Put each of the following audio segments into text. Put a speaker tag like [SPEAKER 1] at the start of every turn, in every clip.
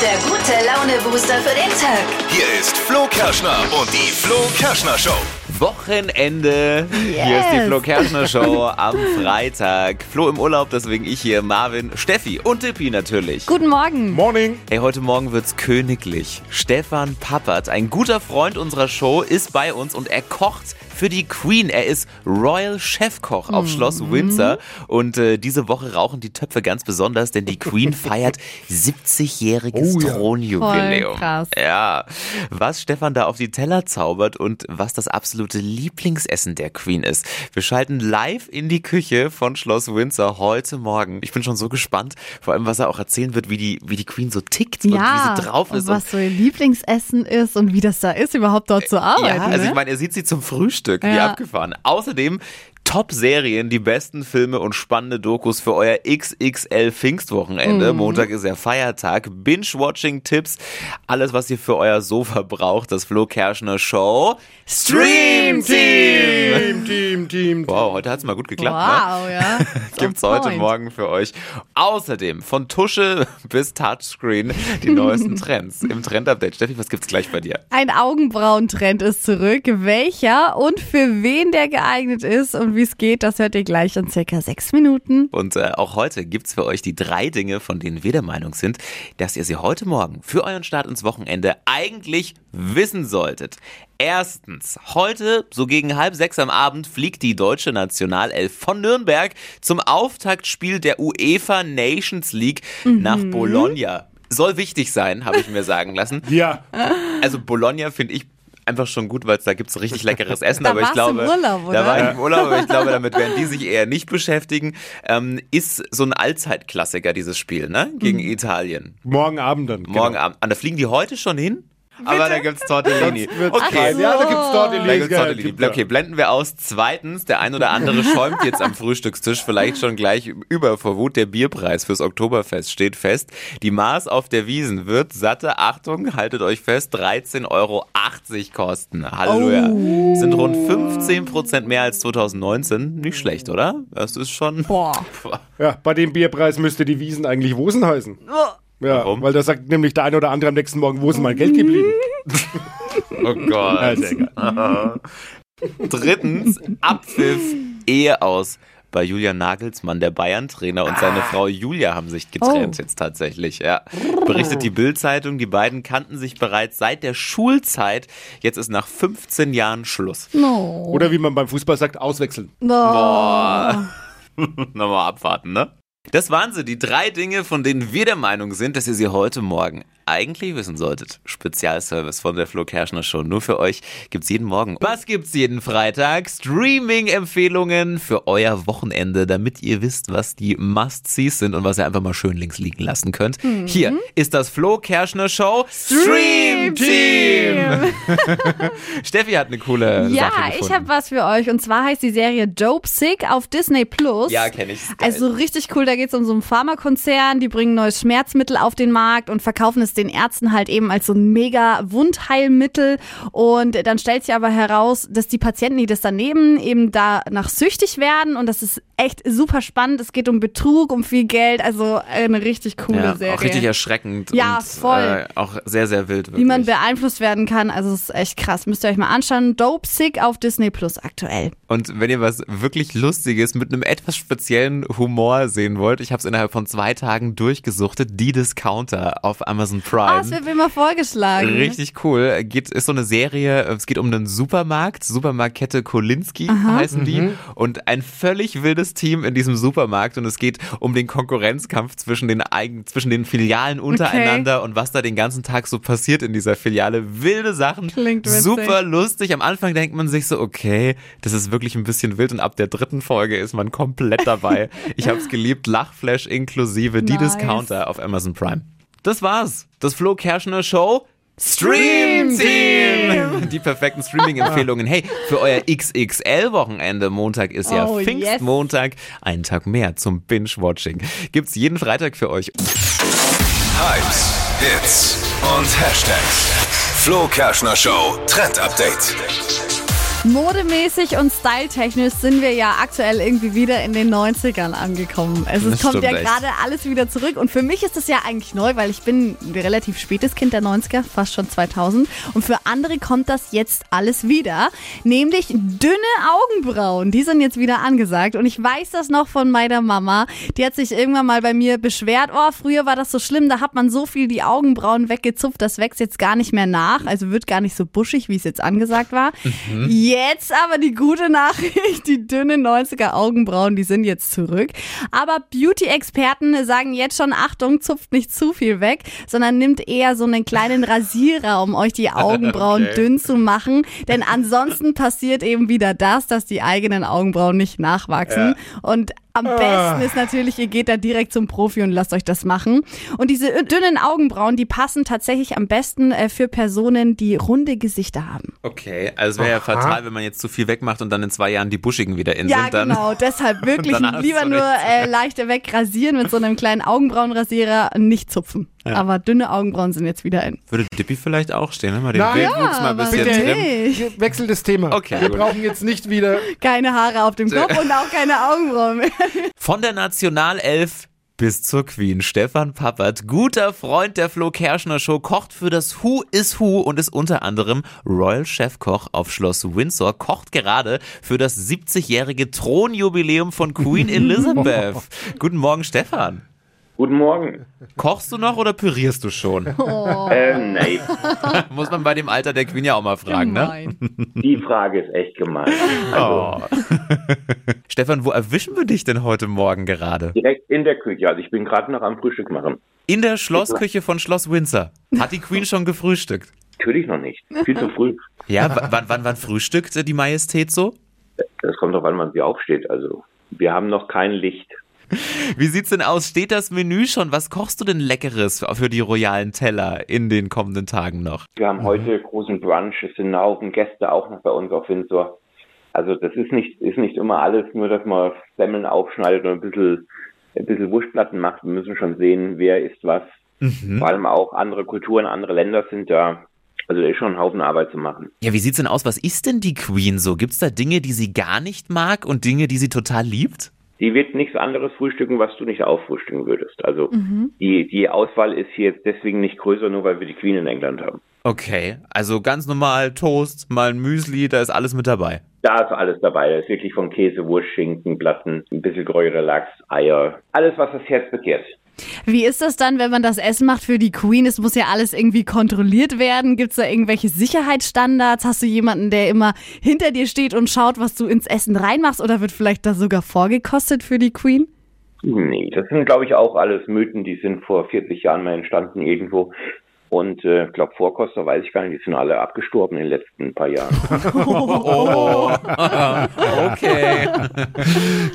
[SPEAKER 1] der gute Laune-Booster für den Tag.
[SPEAKER 2] Hier ist Flo Kerschner und die Flo Kerschner Show.
[SPEAKER 3] Wochenende. Hier ist die
[SPEAKER 4] Yes.
[SPEAKER 3] Flo Kerschner Show am Freitag. Flo im Urlaub, deswegen ich hier, Marvin, Steffi und Dippi natürlich.
[SPEAKER 4] Guten Morgen.
[SPEAKER 5] Morning.
[SPEAKER 3] Hey, heute Morgen wird's königlich. Stefan Pappert, ein guter Freund unserer Show, ist bei uns und er kocht für die Queen. Er ist Royal Chefkoch
[SPEAKER 4] Mm.
[SPEAKER 3] auf Schloss Windsor und äh, diese Woche rauchen die Töpfe ganz besonders, denn die Queen feiert 70-jähriges
[SPEAKER 5] Oh ja.
[SPEAKER 3] Thronjubiläum.
[SPEAKER 4] Voll krass.
[SPEAKER 3] Ja, was Stefan da auf die Teller zaubert und was das absolute Lieblingsessen der Queen ist. Wir schalten live in die Küche von Schloss Windsor heute Morgen. Ich bin schon so gespannt, vor allem was er auch erzählen wird, wie die, wie die Queen so tickt
[SPEAKER 4] ja,
[SPEAKER 3] und wie sie drauf ist.
[SPEAKER 4] und was so ihr Lieblingsessen ist und wie das da ist, überhaupt dort zu
[SPEAKER 3] und,
[SPEAKER 4] arbeiten.
[SPEAKER 3] ja, also ich
[SPEAKER 4] ne?
[SPEAKER 3] meine, er sieht sie zum Frühstück, wie
[SPEAKER 4] Ja.
[SPEAKER 3] abgefahren. Außerdem Top-Serien, die besten Filme und spannende Dokus für euer XXL Pfingstwochenende.
[SPEAKER 4] Mhm.
[SPEAKER 3] Montag ist ja Feiertag. Binge-Watching-Tipps, alles, was ihr für euer Sofa braucht. Das Flo Kerschner Show. Stream Team!
[SPEAKER 5] Team, Team, Team.
[SPEAKER 3] Wow, heute hat's mal gut geklappt, ne?
[SPEAKER 4] wow, ja.
[SPEAKER 3] Gibt's
[SPEAKER 4] On
[SPEAKER 3] heute
[SPEAKER 4] point.
[SPEAKER 3] Morgen für euch. Außerdem von Tusche bis Touchscreen die neuesten Trends im Trend-Update. Steffi, was gibt's gleich bei dir?
[SPEAKER 4] Ein Augenbrauentrend ist zurück. Welcher und für wen der geeignet ist und wie es geht, das hört ihr gleich in circa sechs Minuten.
[SPEAKER 3] Und äh, auch heute gibt's für euch die drei Dinge, von denen wir der Meinung sind, dass ihr sie heute Morgen für euren Start ins Wochenende eigentlich wissen solltet. Erstens, heute, so gegen halb sechs am Abend, fliegt die deutsche Nationalelf von Nürnberg zum Auftaktspiel der UEFA Nations League nach Bologna. Soll wichtig sein, habe ich mir sagen lassen.
[SPEAKER 5] Ja,
[SPEAKER 3] Also Bologna finde ich einfach schon gut, weil da gibt's richtig leckeres Essen.
[SPEAKER 4] Da
[SPEAKER 3] aber ich
[SPEAKER 4] warst
[SPEAKER 3] glaube,
[SPEAKER 4] du im Urlaub,
[SPEAKER 3] da
[SPEAKER 4] oder?
[SPEAKER 3] war ich im Urlaub, aber ich glaube, damit werden die sich eher nicht beschäftigen. Ähm, ist so ein Allzeitklassiker dieses Spiel, ne? Gegen
[SPEAKER 4] Mhm.
[SPEAKER 3] Italien.
[SPEAKER 5] morgen Abend dann. genau.
[SPEAKER 3] Morgen Abend. Ah, da fliegen die heute schon hin? Aber da gibt's Tortellini.
[SPEAKER 5] Genau. Wird
[SPEAKER 3] Okay.
[SPEAKER 5] geil. Ja, da gibt's dort
[SPEAKER 3] Da gibt's Tortellini. Okay, blenden wir aus. Zweitens, der ein oder andere schäumt jetzt am Frühstückstisch vielleicht schon gleich über vor Wut. Der Bierpreis fürs Oktoberfest steht fest. Die Maß auf der Wiesen wird satte, Achtung, haltet euch fest, 13,80 Euro kosten. Halleluja. Sind rund 15 Prozent mehr als 2019. Nicht schlecht, oder? Das ist schon...
[SPEAKER 4] Boah.
[SPEAKER 5] Ja, bei dem Bierpreis müsste die Wiesen eigentlich Wosen heißen. Ja,
[SPEAKER 3] Warum?
[SPEAKER 5] weil da sagt nämlich der eine oder andere am nächsten Morgen, wo ist mein Geld geblieben?
[SPEAKER 3] Oh Gott.
[SPEAKER 5] Ja, ist egal.
[SPEAKER 3] Drittens, Abpfiff, Ehe aus. Bei Julian Nagelsmann, der Bayern-Trainer und seine Frau Julia haben sich getrennt
[SPEAKER 4] Oh.
[SPEAKER 3] jetzt tatsächlich. Ja. Berichtet die Bild-Zeitung, die beiden kannten sich bereits seit der Schulzeit. Jetzt ist nach 15 Jahren Schluss.
[SPEAKER 4] No.
[SPEAKER 5] Oder wie man beim Fußball sagt, auswechseln.
[SPEAKER 3] Boah. Nochmal abwarten, ne? Das waren sie, die drei Dinge, von denen wir der Meinung sind, dass ihr sie heute Morgen eigentlich wissen solltet. Spezialservice von der Flo Kerschner Show. Nur für euch gibt's jeden Morgen. Was gibt's jeden Freitag? Streaming-Empfehlungen für euer Wochenende, damit ihr wisst, was die Must-Sees sind und was ihr einfach mal schön links liegen lassen könnt. Hier ist das Flo Kerschner Show Stream Team! Steffi hat eine coole
[SPEAKER 4] Ja,
[SPEAKER 3] Sache Also gefunden.
[SPEAKER 4] ich habe was für euch. Und zwar heißt die Serie Dope Sick auf Disney Plus.
[SPEAKER 3] Ja, kenn ich. Ist geil.
[SPEAKER 4] Also richtig cool, da geht es um so einen Pharmakonzern, die bringen neues Schmerzmittel auf den Markt und verkaufen es den Ärzten halt eben als so ein mega Wundheilmittel. Und dann stellt sich aber heraus, dass die Patienten, die das dann nehmen, eben danach süchtig werden. Und das ist echt super spannend. Es geht um Betrug, um viel Geld. Also eine richtig coole
[SPEAKER 3] ja,
[SPEAKER 4] Serie.
[SPEAKER 3] Auch richtig erschreckend
[SPEAKER 4] Ja,
[SPEAKER 3] und Äh,
[SPEAKER 4] voll.
[SPEAKER 3] auch sehr, sehr wild. Wirklich.
[SPEAKER 4] wie man beeinflusst werden kann. Also es ist echt krass. Müsst ihr euch mal anschauen. Dope Sick auf Disney Plus aktuell.
[SPEAKER 3] und wenn ihr was wirklich Lustiges mit einem etwas speziellen Humor sehen wollt, ich habe es innerhalb von zwei Tagen durchgesuchtet, die Discounter auf Amazon
[SPEAKER 4] Ah, es wird
[SPEAKER 3] Prime.
[SPEAKER 4] mir immer vorgeschlagen.
[SPEAKER 3] Richtig cool. Geht, ist so eine Serie, es geht um einen Supermarkt, Supermarktkette Kolinski heißen die. Und ein völlig wildes Team in diesem Supermarkt. Und es geht um den Konkurrenzkampf zwischen den, eigen, zwischen den Filialen untereinander und was da den ganzen Tag so passiert in dieser Filiale. Wilde Sachen.
[SPEAKER 4] Klingt witzig.
[SPEAKER 3] super lustig. Am Anfang denkt man sich so, okay, das ist wirklich ein bisschen wild und ab der dritten Folge ist man komplett dabei. ich hab's geliebt, Lachflash inklusive, die
[SPEAKER 4] Nice.
[SPEAKER 3] Discounter auf Amazon Prime. Das war's. Das Flo Kerschner Show. Stream Team! Die perfekten Streaming-Empfehlungen. Hey, für euer XXL-Wochenende. Montag ist ja
[SPEAKER 4] Oh, yes.
[SPEAKER 3] Pfingstmontag. Einen Tag mehr zum Binge-Watching. Gibt's jeden Freitag für euch.
[SPEAKER 2] Hypes, Hits und Hashtags. Flo Kerschner Show Trend Update.
[SPEAKER 4] Modemäßig und styletechnisch sind wir ja aktuell irgendwie wieder in den 90ern angekommen. Es
[SPEAKER 3] Das
[SPEAKER 4] ist- kommt
[SPEAKER 3] stimmt
[SPEAKER 4] ja
[SPEAKER 3] echt.
[SPEAKER 4] gerade alles wieder zurück und für mich ist das ja eigentlich neu, weil ich bin ein relativ spätes Kind der 90er, fast schon 2000 und für andere kommt das jetzt alles wieder, nämlich dünne Augenbrauen, die sind jetzt wieder angesagt und ich weiß das noch von meiner Mama, die hat sich irgendwann mal bei mir beschwert, oh, früher war das so schlimm, da hat man so viel die Augenbrauen weggezupft, das wächst jetzt gar nicht mehr nach, also wird gar nicht so buschig, wie es jetzt angesagt war. Jetzt aber die gute Nachricht, die dünnen 90er Augenbrauen, die sind jetzt zurück. Aber Beauty-Experten sagen jetzt schon, Achtung, zupft nicht zu viel weg, sondern nimmt eher so einen kleinen Rasierer, um euch die Augenbrauen
[SPEAKER 3] Okay.
[SPEAKER 4] dünn zu machen. Denn ansonsten passiert eben wieder das, dass die eigenen Augenbrauen nicht nachwachsen. Und am besten ist natürlich, ihr geht da direkt zum Profi und lasst euch das machen. Und diese dünnen Augenbrauen, die passen tatsächlich am besten äh, für Personen, die runde Gesichter haben.
[SPEAKER 3] Okay, also es wäre ja fatal, wenn man jetzt zu viel wegmacht und dann in zwei Jahren die Buschigen wieder in
[SPEAKER 4] Ja,
[SPEAKER 3] sind. Dann
[SPEAKER 4] genau. Deshalb wirklich
[SPEAKER 3] dann hast
[SPEAKER 4] lieber
[SPEAKER 3] du
[SPEAKER 4] nur
[SPEAKER 3] nichts.
[SPEAKER 4] äh, leichter wegrasieren mit so einem kleinen Augenbrauenrasierer, nicht zupfen. Aber dünne Augenbrauen sind jetzt wieder in.
[SPEAKER 3] würde Dippi vielleicht auch stehen, wenn man den
[SPEAKER 5] Na ja,
[SPEAKER 3] Wildwuchs mal ein
[SPEAKER 4] aber
[SPEAKER 3] bisschen
[SPEAKER 5] bitte.
[SPEAKER 3] trimmt.
[SPEAKER 4] Hey,
[SPEAKER 5] Wechsel das Thema.
[SPEAKER 3] Okay,
[SPEAKER 5] Wir
[SPEAKER 3] gut.
[SPEAKER 5] brauchen jetzt nicht wieder.
[SPEAKER 4] keine Haare auf dem Kopf und auch keine Augenbrauen mehr.
[SPEAKER 3] Von der Nationalelf bis zur Queen. Stefan Pappert, guter Freund der Flo Kerschner Show, kocht für das Who is Who und ist unter anderem Royal Chefkoch auf Schloss Windsor, kocht gerade für das 70-jährige Thronjubiläum von Queen Elizabeth. Guten Morgen, Stefan.
[SPEAKER 6] Guten Morgen.
[SPEAKER 3] Kochst du noch oder pürierst du schon?
[SPEAKER 6] Ähm, nein,
[SPEAKER 3] Muss man bei dem Alter der Queen ja auch mal fragen, ne? Oh.
[SPEAKER 4] Nein.
[SPEAKER 6] die Frage ist echt gemein. Also
[SPEAKER 5] Genau.
[SPEAKER 3] Stefan, wo erwischen wir dich denn heute Morgen gerade?
[SPEAKER 6] direkt in der Küche. Also ich bin gerade noch am Frühstück machen.
[SPEAKER 3] In der Schlossküche von Schloss Windsor. Hat die Queen schon gefrühstückt?
[SPEAKER 6] Natürlich noch nicht. Viel zu früh.
[SPEAKER 3] Ja, wa- wann, wann, wann frühstückt die Majestät so?
[SPEAKER 6] Das kommt drauf an, wann sie aufsteht. Also wir haben noch kein Licht.
[SPEAKER 3] Wie sieht's denn aus? Steht das Menü schon? Was kochst du denn Leckeres für die royalen Teller in den kommenden Tagen noch?
[SPEAKER 6] Wir haben heute großen Brunch. Es sind ein Haufen Gäste auch noch bei uns auf Windsor. Also das ist nicht, ist nicht immer alles nur, dass man Semmeln aufschneidet und ein bisschen, ein bisschen Wurstplatten macht. Wir müssen schon sehen, wer isst was. Vor allem auch andere Kulturen, andere Länder sind da. Also da ist schon ein Haufen Arbeit zu machen.
[SPEAKER 3] Ja, wie sieht's denn aus? Was ist denn die Queen so? Gibt's da Dinge, die sie gar nicht mag und Dinge, die sie total liebt?
[SPEAKER 6] Die wird nichts anderes frühstücken, was du nicht auffrühstücken würdest. Also die, die Auswahl ist hier jetzt deswegen nicht größer, nur weil wir die Queen in England haben.
[SPEAKER 3] Okay, also ganz normal Toast, mal ein Müsli, da ist alles mit dabei.
[SPEAKER 6] Da ist alles dabei. Da ist wirklich von Käse, Wurst, Schinken, Platten, ein bisschen größere Lachs, Eier. Alles, was das Herz begehrt.
[SPEAKER 4] Wie ist das dann, wenn man das Essen macht für die Queen? Es muss ja alles irgendwie kontrolliert werden. Gibt es da irgendwelche Sicherheitsstandards? Hast du jemanden, der immer hinter dir steht und schaut, was du ins Essen reinmachst? Oder wird vielleicht das sogar vorgekostet für die Queen?
[SPEAKER 6] Nee, das sind, glaube ich, auch alles Mythen, die sind vor 40 Jahren mal entstanden irgendwo. Und äh, ich glaube, Vorkoster weiß ich gar nicht, die sind alle abgestorben in den letzten paar Jahren.
[SPEAKER 3] Oh, okay.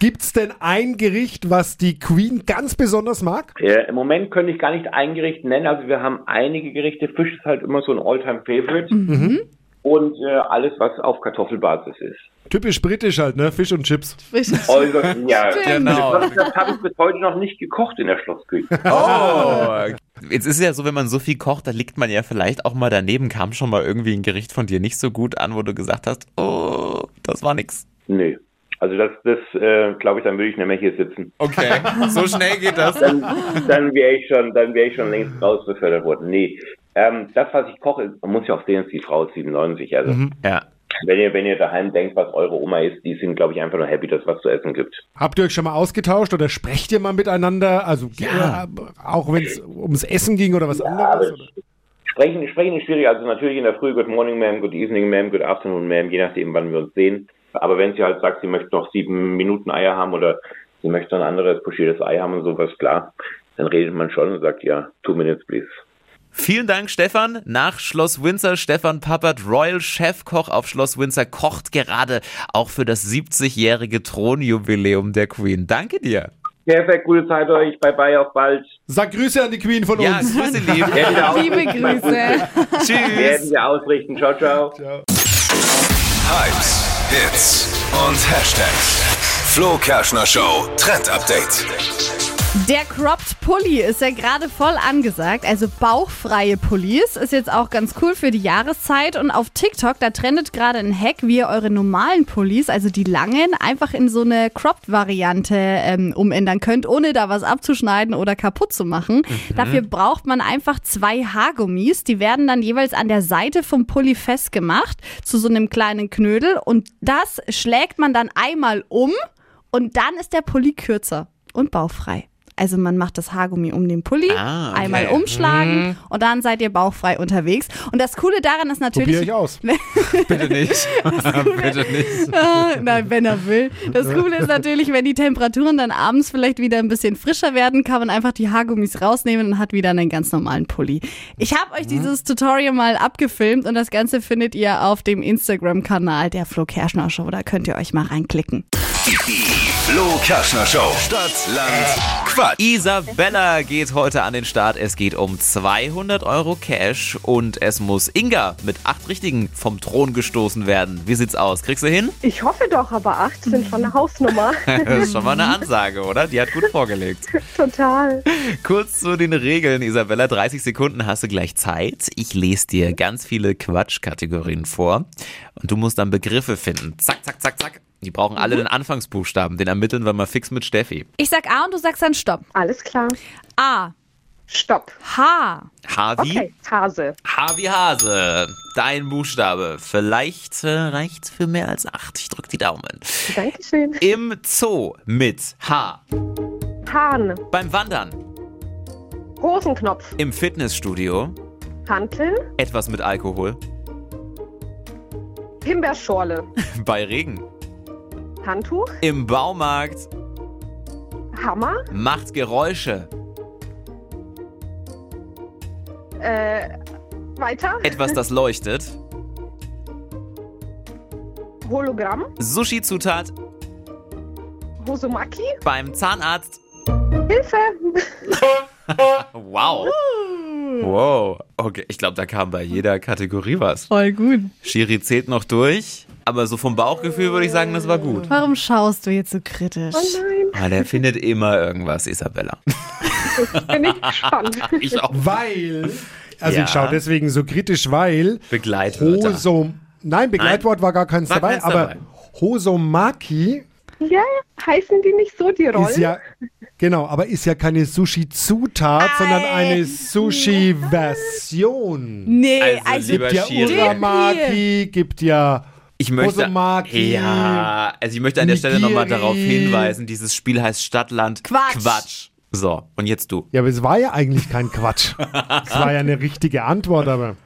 [SPEAKER 5] Gibt's denn ein Gericht, was die Queen ganz besonders mag?
[SPEAKER 6] Äh, Im Moment könnte ich gar nicht ein Gericht nennen. Also wir haben einige Gerichte. Fisch ist halt immer so ein All-Time-Favorite. Und äh, alles, was auf Kartoffelbasis ist.
[SPEAKER 5] Typisch britisch halt, ne? Fisch und Chips.
[SPEAKER 6] Also, ja,
[SPEAKER 3] Genau.
[SPEAKER 6] das, das habe ich bis heute noch nicht gekocht in der Schlossküche.
[SPEAKER 3] Oh. Jetzt ist es ja so, wenn man so viel kocht, da liegt man ja vielleicht auch mal daneben. Kam schon mal irgendwie ein Gericht von dir nicht so gut an, wo du gesagt hast, oh, das war nix.
[SPEAKER 6] Nö. Also das, das äh, glaube ich, dann würde ich nicht mehr hier sitzen.
[SPEAKER 3] Okay, so schnell geht das.
[SPEAKER 6] Dann, dann wäre ich schon, dann wäre ich schon längst rausbefördert worden. Nee. Ähm, das, was ich koche, man muss ja auch sehen, dass die Frau ist 97. Also
[SPEAKER 3] Ja.
[SPEAKER 6] wenn ihr, wenn ihr daheim denkt, was eure Oma ist, die sind, glaube ich, einfach nur happy, dass es was zu essen gibt.
[SPEAKER 5] Habt ihr euch schon mal ausgetauscht oder sprecht ihr mal miteinander? Also
[SPEAKER 3] Ja.
[SPEAKER 5] äh, auch wenn es ums Essen ging oder was anderes?
[SPEAKER 6] aber-
[SPEAKER 5] Oder?
[SPEAKER 6] Sprechen, sprechen ist schwierig. Also natürlich in der Früh, good morning, ma'am, good evening, ma'am, good afternoon, ma'am, je nachdem, wann wir uns sehen. Aber wenn sie halt sagt, sie möchte noch sieben Minuten Eier haben oder sie möchte ein anderes pochiertes Ei haben und sowas, klar, dann redet man schon und sagt, ja, two minutes, please.
[SPEAKER 3] Vielen Dank, Stefan. Nach Schloss Windsor, Stefan Pappert, Royal Chefkoch auf Schloss Windsor, kocht gerade auch für das 70-jährige Thronjubiläum der Queen. Danke dir.
[SPEAKER 6] Perfekt, gute Zeit euch, bye bye, auf bald.
[SPEAKER 5] Sag Grüße an die Queen von
[SPEAKER 3] Ja,
[SPEAKER 5] uns.
[SPEAKER 3] Grüße, lieb.
[SPEAKER 6] Werden wir
[SPEAKER 4] Liebe
[SPEAKER 6] ausrichten, mein
[SPEAKER 4] Grüße.
[SPEAKER 6] Frühstück. Werden
[SPEAKER 3] Tschüss.
[SPEAKER 6] wir ausrichten, ciao, ciao.
[SPEAKER 2] Hypes, Hits und Hashtags. Flo Kerschner Show Trend Update.
[SPEAKER 4] Der Cropped Pulli ist ja gerade voll angesagt. Also bauchfreie Pullis ist jetzt auch ganz cool für die Jahreszeit. Und auf TikTok, da trendet gerade ein Hack, wie ihr eure normalen Pullis, also die langen, einfach in so eine Cropped-Variante ähm, umändern könnt, ohne da was abzuschneiden oder kaputt zu machen. Dafür braucht man einfach zwei Haargummis. Die werden dann jeweils an der Seite vom Pulli festgemacht, zu so einem kleinen Knödel. Und das schlägt man dann einmal um. Und dann ist der Pulli kürzer und bauchfrei. Also man macht das Haargummi um den Pulli,
[SPEAKER 3] Ah, okay.
[SPEAKER 4] einmal umschlagen und dann seid ihr bauchfrei unterwegs. Und das Coole daran ist natürlich,
[SPEAKER 5] Probier ich aus.
[SPEAKER 3] Bitte nicht. Bitte nicht.
[SPEAKER 4] Ah, Nein, wenn er will. Das Coole ist natürlich, wenn die Temperaturen dann abends vielleicht wieder ein bisschen frischer werden, kann man einfach die Haargummis rausnehmen und hat wieder einen ganz normalen Pulli. Ich habe euch dieses Tutorial mal abgefilmt und das Ganze findet ihr auf dem Instagram-Kanal der Flo Kerschner Show. Da könnt ihr euch mal reinklicken.
[SPEAKER 2] Die Flo Kerschner Show. Stadt, Land, Quatsch.
[SPEAKER 3] Isabella geht heute an den Start. Es geht um 200 Euro Cash und es muss Inga mit acht Richtigen vom Thron gestoßen werden. Wie sieht's aus? Kriegst du hin?
[SPEAKER 7] Ich hoffe doch, aber acht sind schon eine Hausnummer.
[SPEAKER 3] Das ist schon mal eine Ansage, oder? Die hat gut vorgelegt.
[SPEAKER 7] Total.
[SPEAKER 3] Kurz zu den Regeln, Isabella. 30 Sekunden hast du gleich Zeit. Ich lese dir ganz viele Quatschkategorien vor und du musst dann Begriffe finden. Zack, zack, zack, zack. Die brauchen alle den Anfangsbuchstaben. Den ermitteln wir mal fix mit Steffi.
[SPEAKER 4] Ich sag A und du sagst dann Stopp.
[SPEAKER 7] Alles klar.
[SPEAKER 4] A.
[SPEAKER 7] Stopp.
[SPEAKER 4] H.
[SPEAKER 3] Harvey.
[SPEAKER 7] Okay, Hase.
[SPEAKER 3] Harvey Hase, dein Buchstabe. Vielleicht äh, reicht's für mehr als acht. Ich drück die Daumen.
[SPEAKER 7] Dankeschön.
[SPEAKER 3] Im Zoo mit H.
[SPEAKER 7] Hahn.
[SPEAKER 3] Beim Wandern.
[SPEAKER 7] Hosenknopf.
[SPEAKER 3] Im Fitnessstudio.
[SPEAKER 7] Hanteln.
[SPEAKER 3] Etwas mit Alkohol.
[SPEAKER 7] Himbeerschorle.
[SPEAKER 3] Bei Regen.
[SPEAKER 7] Handtuch.
[SPEAKER 3] Im Baumarkt.
[SPEAKER 7] Hammer.
[SPEAKER 3] Macht Geräusche.
[SPEAKER 7] Äh, weiter.
[SPEAKER 3] Etwas, das leuchtet.
[SPEAKER 7] Hologramm.
[SPEAKER 3] Sushi-Zutat.
[SPEAKER 7] Hosomaki.
[SPEAKER 3] Beim Zahnarzt.
[SPEAKER 7] Hilfe.
[SPEAKER 3] Wow. Wow. Okay, ich glaube, da kam bei jeder Kategorie was.
[SPEAKER 4] Voll gut.
[SPEAKER 3] Schiri zählt noch durch. Aber so vom Bauchgefühl würde ich sagen, das war gut.
[SPEAKER 4] Warum schaust du jetzt so kritisch?
[SPEAKER 7] Oh
[SPEAKER 3] Ah, der findet immer irgendwas, Isabella.
[SPEAKER 7] Bin ich gespannt.
[SPEAKER 3] Ich auch.
[SPEAKER 5] Weil, also
[SPEAKER 3] Ja.
[SPEAKER 5] ich schaue deswegen so kritisch, weil
[SPEAKER 3] Begleitwörter.
[SPEAKER 5] Hosom, nein, Begleitwort war gar keins
[SPEAKER 3] War
[SPEAKER 5] dabei,
[SPEAKER 3] keins
[SPEAKER 5] aber
[SPEAKER 3] dabei.
[SPEAKER 5] Hosomaki
[SPEAKER 7] Ja, heißen die nicht so, die Rollen?
[SPEAKER 5] ist ja, genau, aber ist ja keine Sushi-Zutat, sondern eine Sushi-Version.
[SPEAKER 4] Nee,
[SPEAKER 3] Also,
[SPEAKER 4] also
[SPEAKER 3] lieber
[SPEAKER 5] Gibt ja
[SPEAKER 3] Schiri.
[SPEAKER 5] Uramaki, gibt ja
[SPEAKER 3] Ich möchte,
[SPEAKER 5] Hosomaki.
[SPEAKER 3] ja, also ich möchte an der Stelle
[SPEAKER 5] Nigiri.
[SPEAKER 3] nochmal darauf hinweisen, dieses Spiel heißt Stadtland
[SPEAKER 4] Quatsch.
[SPEAKER 3] Quatsch. So, und jetzt du.
[SPEAKER 5] Ja, aber es war ja eigentlich kein Quatsch. Es war ja eine richtige Antwort, aber.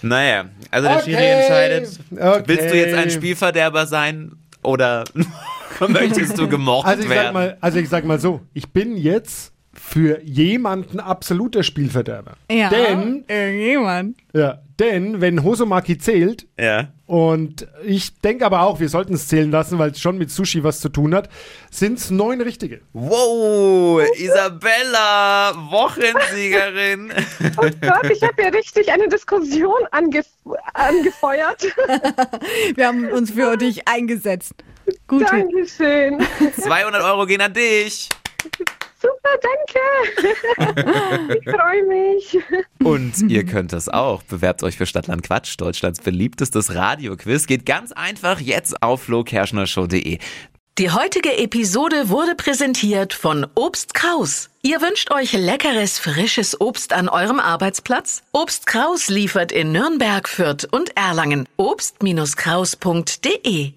[SPEAKER 3] Naja, also der
[SPEAKER 5] Okay.
[SPEAKER 3] Schiri entscheidet.
[SPEAKER 5] Okay.
[SPEAKER 3] Willst du jetzt ein Spielverderber sein oder möchtest du gemocht
[SPEAKER 5] Also ich, sag
[SPEAKER 3] werden?
[SPEAKER 5] mal, also ich sag mal so, ich bin jetzt für jemanden absoluter Spielverderber.
[SPEAKER 4] ja.
[SPEAKER 5] Denn,
[SPEAKER 4] irgendjemand.
[SPEAKER 5] ja, denn wenn Hosomaki zählt,
[SPEAKER 3] ja.
[SPEAKER 5] und ich denke aber auch, wir sollten es zählen lassen, weil es schon mit Sushi was zu tun hat, sind es neun richtige.
[SPEAKER 3] Wow, Isabella, Wochensiegerin.
[SPEAKER 7] Oh Gott, ich habe ja richtig eine Diskussion angef angefeuert.
[SPEAKER 4] Wir haben uns für dich eingesetzt. Gute.
[SPEAKER 7] Dankeschön.
[SPEAKER 3] 200 Euro gehen an dich.
[SPEAKER 7] Super, danke. Ich freue mich.
[SPEAKER 3] Und ihr könnt das auch. Bewerbt euch für Stadtland Quatsch, Deutschlands beliebtestes Radioquiz. Geht ganz einfach jetzt auf flokerschnershow.de.
[SPEAKER 8] Die heutige Episode wurde präsentiert von Obst Kraus. Ihr wünscht euch leckeres, frisches Obst an eurem Arbeitsplatz? Obst Kraus liefert in Nürnberg, Fürth und Erlangen. Obst-Kraus.de